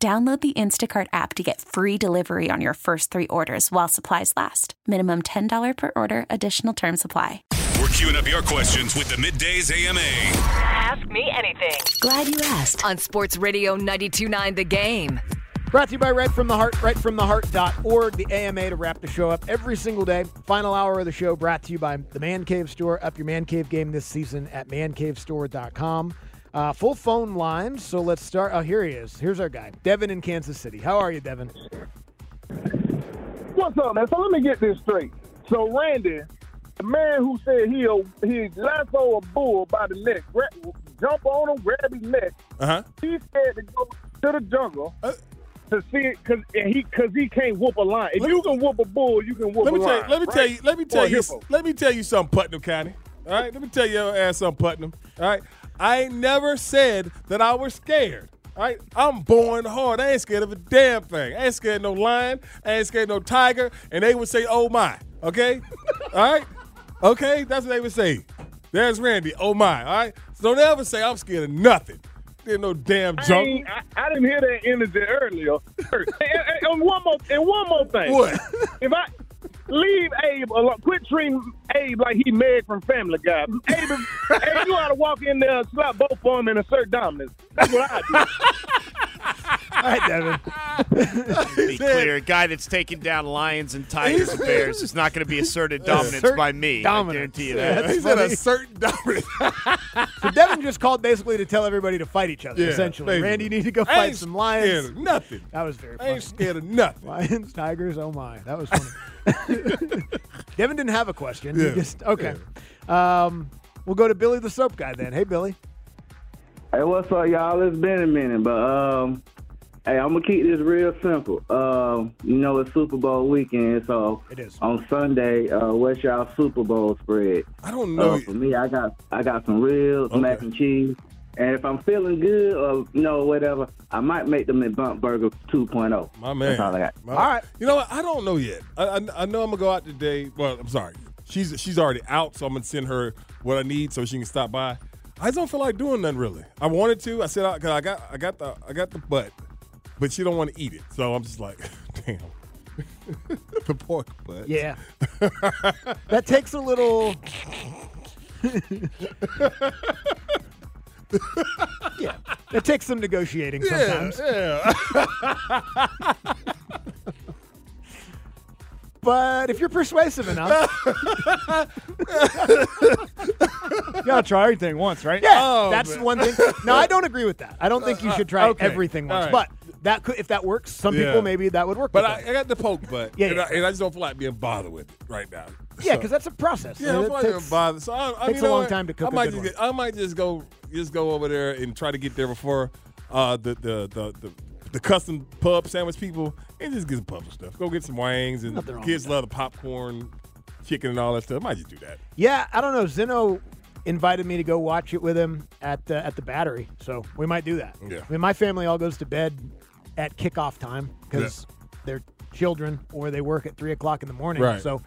Download the Instacart app to get free delivery on your first three orders while supplies last. Minimum $10 per order, additional term supply. We're queuing up your questions with the Middays AMA. Ask me anything. Glad you asked. On Sports Radio 92.9 The Game. Brought to you by Right From The Heart, rightfromtheheart.org, the AMA to wrap the show up every single day. Final hour of the show brought to you by the Man Cave Store. Up your Man Cave game this season at mancavestore.com. Uh, full phone lines, so let's start. Oh, here he is. Here's our guy, Devin in Kansas City. How are you, Devin? What's up, man? So let me get this straight. So Randy, the man who said he'll he lasso a bull by the neck, gra- jump on him, grab his neck. Uh-huh. He said to go to the jungle Uh. to see it because he because he can't whoop a lion. If Let you me- can whoop a bull, you can whoop Let me a tell you, lion. let me right? tell you, let me tell Or a you, hippo. let me tell you something, Putnam County. All right, let me tell your ass something, Putnam. All right, I ain't never said that I was scared. All right, I'm born hard. I ain't scared of a damn thing. I ain't scared of no lion. I ain't scared of no tiger. And they would say, "Oh my," okay, all right, okay. That's what they would say. There's Randy. Oh my, all right. So don't ever say I'm scared of nothing. There's no damn I, junk. ain't- I, I didn't hear that energy earlier. and, and- and one more, and one more thing. What? If I leave Abe alone, quit treating Abe like he married from Family Guy. Abe, is- Abe you ought to walk in there and slap both of them and assert dominance. That's what I do. All right, Devin. be clear, a guy that's taking down lions and tigers and bears is not going to be asserted dominance Assert by me. dominance. I guarantee you Yeah, that. He said a certain dominant. So Devin just called basically to tell everybody to fight each other, Yeah, essentially. basically. Randy, you need to go I fight ain't some scared lions. of nothing. That was very I funny. ain't scared of nothing. Lions, tigers, oh my. That was funny. Devin didn't have a question. He Yeah, just- okay. Um, we'll go to Billy the Soap Guy then. Hey, Billy. Hey, what's up, y'all? It's been a minute, but um, hey, I'm gonna keep this real simple. Um, you know it's Super Bowl weekend, so It is. on Sunday. Uh, what's y'all Super Bowl spread? I don't Oh, know. Uh, for me, I got I got some ribs, Okay. mac and cheese, and if I'm feeling good or you know whatever, I might make the McBump Burger 2.0. My man. That's all I got. My- All right. You know what? I don't know yet. I, I, I know I'm gonna go out today. Well, I'm sorry. She's she's already out, so I'm gonna send her what I need so she can stop by. I just don't feel like doing nothing really. I wanted to. I said I, cause I got I got the I got the butt, but she don't want to eat it. So I'm just like, damn, the pork butt. Yeah. that takes a little. yeah. It takes some negotiating Yeah. sometimes. yeah. But if you're persuasive enough. you gotta try everything once, right? Yeah. Oh, that's man. Uh, one thing. No, I don't agree with that. I don't think you should try okay. everything All once. right. But that could if that works, some Yeah. people maybe that would work. But with I, them. I got the pork butt. Yeah, and, yeah. I, and I just don't feel like being bothered with it right now. yeah, So- because that's a process. Yeah, and I'm it not even takes- bothered. So I, I takes you know a long what? time to cook I a might good just one. Get, I might just go just go over there and try to get there before uh, the, the the the the custom pub sandwich people and just get some pub stuff. Go get some wings and wrong kids love the popcorn, chicken and all that stuff. I might just do that. Yeah, I don't know. Zeno invited me to go watch it with him at the at the battery, so we might do that. Yeah. I mean, my family all goes to bed at kickoff time because they're children or they work at three o'clock in the morning. Right. So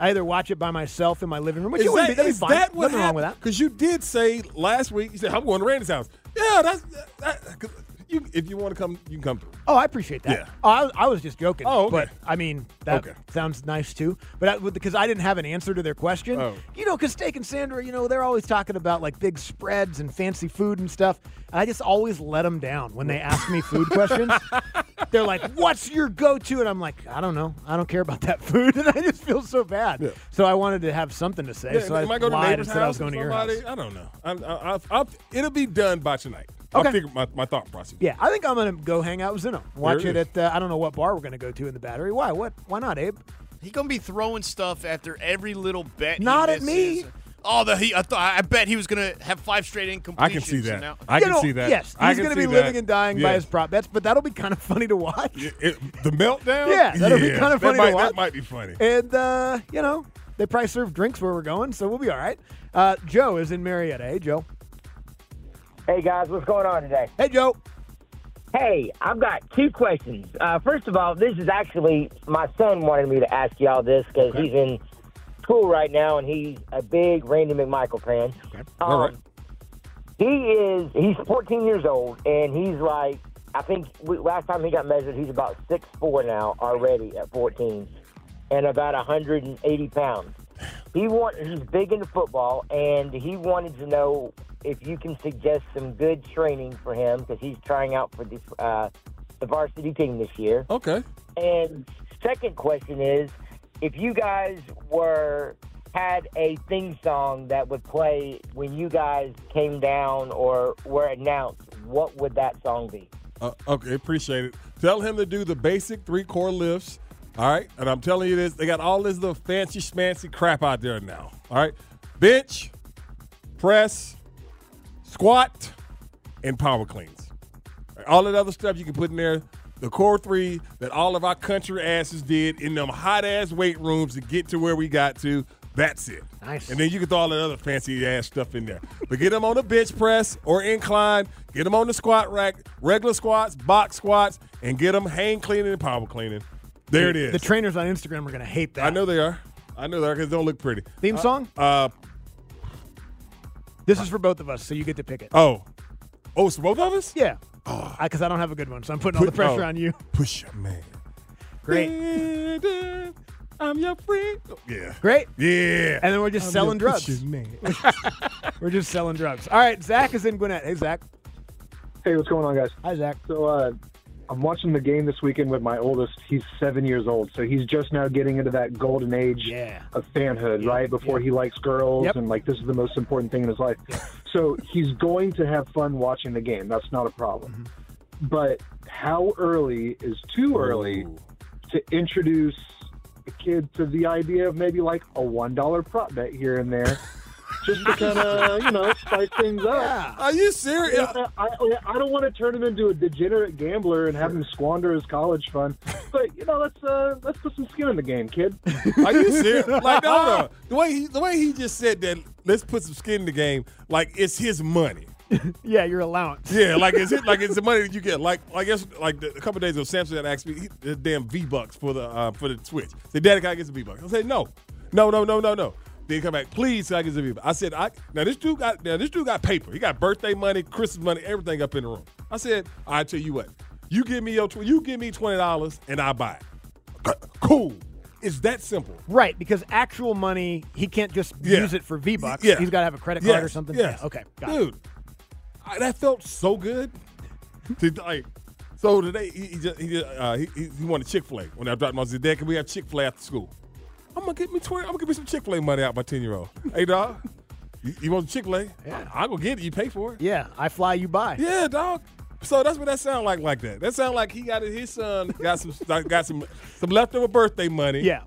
I either watch it by myself in my living room, which it wouldn't be, that'd be is fine. that what Nothing wrong with that. Because you did say last week you said I'm going to Randy's house. Yeah, that's that, 'cause you, if you want to come, you can come. through. Oh, I appreciate that. Yeah. Oh, I, was- I was just joking. Oh, okay. But I mean, that Okay. sounds nice too. But because I didn't have an answer to their question, Oh. you know, because Steak and Sandra, you know, they're always talking about like big spreads and fancy food and stuff. And I just always let them down when they ask me food questions. They're like, "What's your go-to?" And I'm like, "I don't know. I don't care about that food." And I just feel so bad. Yeah. So I wanted to have something to say. Yeah, so I am I going to lied neighbor's and house? said I was or going to your house. somebody? I don't know. I'm, I, I, I'll, it'll be done by tonight. Okay. I'll figure my, my thought process. Yeah, I think I'm gonna go hang out with Zeno. Watch There it it at uh, I don't know what bar we're gonna go to in the battery. Why? What? Why not, Abe? He gonna be throwing stuff after every little bet. he Not at misses. me. all the he, I, thought, I bet he was gonna have five straight incompletions. I can see that. and now- I You can know, see that. Yes, I he's can going to see be that. living and dying by Yeah. his prop bets, but that'll be kind of funny to watch. It- the meltdown. Yeah, that'll be kind of funny That might, to watch. that might be funny. And uh, you know, they probably serve drinks where we're going, so we'll be all right. Uh, Joe is in Marietta. Hey, Joe. Hey guys, what's going on today? Hey, Joe. Hey, I've got two questions. Uh, first of all, this is actually my son wanted me to ask y'all this because he's in school right now and he's a big Randy McMichael fan. Um, All right. He is he's 14 years old and he's like I think we, last time he got measured he's about six four now already at 14 and about 180 pounds. He want he's big into football and he wanted to know if you can suggest some good training for him because he's trying out for the uh, the varsity team this year. Okay. And second question is, if you guys were had a theme song that would play when you guys came down or were announced, what would that song be? Uh, okay, appreciate it. Tell him to do the basic three core lifts. All right, and I'm telling you this, they got all this little fancy schmancy crap out there now. All right, bench, press, squat, and power cleans. All that other stuff you can put in there. The core three that all of our country asses did in them hot ass weight rooms to get to where we got to. That's it. Nice. And then you can throw all that other fancy ass stuff in there. But get them on the bench press or incline. Get them on the squat rack, regular squats, box squats, and get them hang cleaning and power cleaning. There it is. The trainers on Instagram are going to hate that. I know they are. I know they are because they don't look pretty. Theme song? Uh this is for both of us, so you get to pick it. oh. Oh, it's both of us? yeah. Because I don't have a good one, so I'm putting all the Put- pressure uh, oh. on you. Push your man. Great. I'm your friend. Yeah. Great. Yeah. And then we're just I'm selling your drugs. push your man. We're just selling drugs. All right, Zach is in Gwinnett. Hey, Zach. Hey, what's going on, guys? Hi, Zach. So, uh, I'm watching the game this weekend with my oldest. He's seven years old, so he's just now getting into that golden age Yeah. of fanhood, right? Before he likes girls, Yep. and like this is the most important thing in his life. So he's going to have fun watching the game. That's not a problem. Mm-hmm. But how early is too early to introduce a kid to the idea of maybe like a one dollar prop bet here and there, just to kind of you know spice things up? Are you serious? Yeah, I, I don't want to turn him into a degenerate gambler and have him squander his college fund. But you know, let's uh, let's put some skin in the game, kid. Are you serious? Like, hold on. The way he, the way he just said that, let's put some skin in the game. Like it's his money. Yeah, your allowance. Yeah, like it's his, like it's the money that you get. Like I guess like the, a couple days ago, Samson had asked me he, the damn V bucks for the uh, for the Twitch. Said, Daddy, can I get some V bucks? I said, No, no, no, no, no, no. Then he come back, please, can I get some V bucks? I said, I now this dude got now this dude got paper. He got birthday money, Christmas money, everything up in the room. I said, I tell you what, you give me your tw- you give me twenty dollars and I buy it. Cool. It's that simple. Right, because actual money, he can't just Yeah. use it for V Bucks. Yeah. He's got to have a credit card Yes, or something. Yes. Yeah, okay. Got it. Dude, I, that felt so good. To, like, so today he he just, he, just, uh, he, he he wanted Chick Fil A when I dropped him. off. I said, "Dad, can we have Chick Fil A after school?" I'm gonna get me twenty. I'm gonna give me some Chick Fil A money out my ten year old. hey dog, you, you want Chick Fil A? Yeah. I, am gonna get it. You pay for it. Yeah, I fly, you buy. Yeah, dog. So that's what that sound like like that. That sound like he got it- his son got some got some some leftover birthday money. Yeah.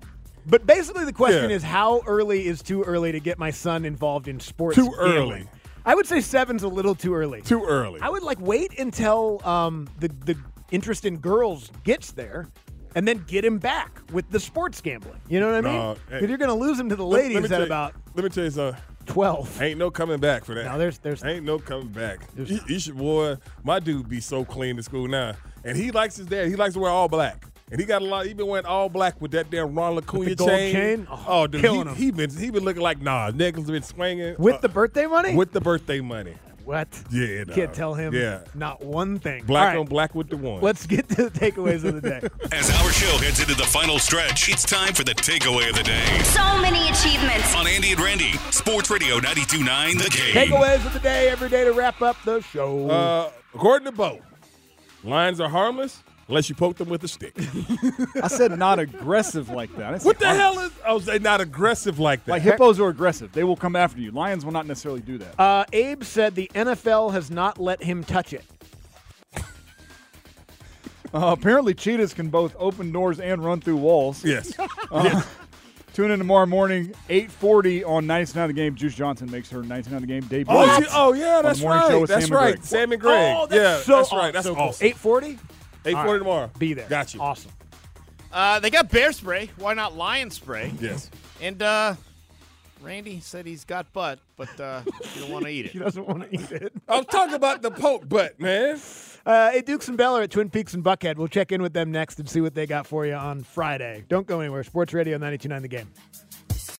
But basically, the question Yeah. is how early is too early to get my son involved in sports? Too gambling? early. I would say seven's a little too early. Too early. I would like wait until um, the the interest in girls gets there, and then get him back with the sports gambling. You know what I mean? No, hey. 'Cause you're going to lose him to the Let- let ladies me tell at you- about Let me tell you something. twelve. Ain't no coming back for that. No, there's- there's- ain't no coming back. You, you should boy, my dude be so clean to school now, and he likes his dad. He likes to wear all black, and he got a lot. He been wearing all black with that damn Ron LaCuia the gold chain? Oh, Oh, dude, killing he, him. he been he been looking like nah. Nicholas been swinging With uh, the birthday money? with the birthday money. what? Yeah, You can't dog. tell him. Yeah. Not one thing. Black All right, on black with the one. Let's get to the takeaways of the day. As our show heads into the final stretch, it's time for the takeaway of the day. So many achievements. On Andy and Randy, Sports Radio 929 The Game. takeaways of the day every day to wrap up the show. Uh, according to Bo, lions are harmless unless you poke them with a stick. I said not aggressive like that. I didn't what say the harmless. hell is? I was not aggressive like that. Like hippos are aggressive. They will come after you. Lions will not necessarily do that. Uh, Abe said the NFL has not let him touch it. Uh, apparently, cheetahs can both open doors and run through walls. yes. Tune in tomorrow morning, 8.40 on 99 The Game. Juice Johnson makes her 99 The Game debut. Oh, she- oh, yeah, on the that's morning right. Show with That's Sam and right. Greg. Sam and Greg. Oh, yeah, that's so that's right. awesome. That's So cool. awesome. 840? 840 All right. tomorrow. Be there. Got you. Awesome. Uh, they got bear spray. Why not lion spray? Yes. And uh, Randy said he's got butt, but uh, he don't want to eat it. He doesn't want to eat it. I'm talking about the Pope butt, man. Uh, hey, Dukes and Bell are at Twin Peaks and Buckhead. We'll check in with them next and see what they got for you on Friday. Don't go anywhere. Sports Radio 929 The Game.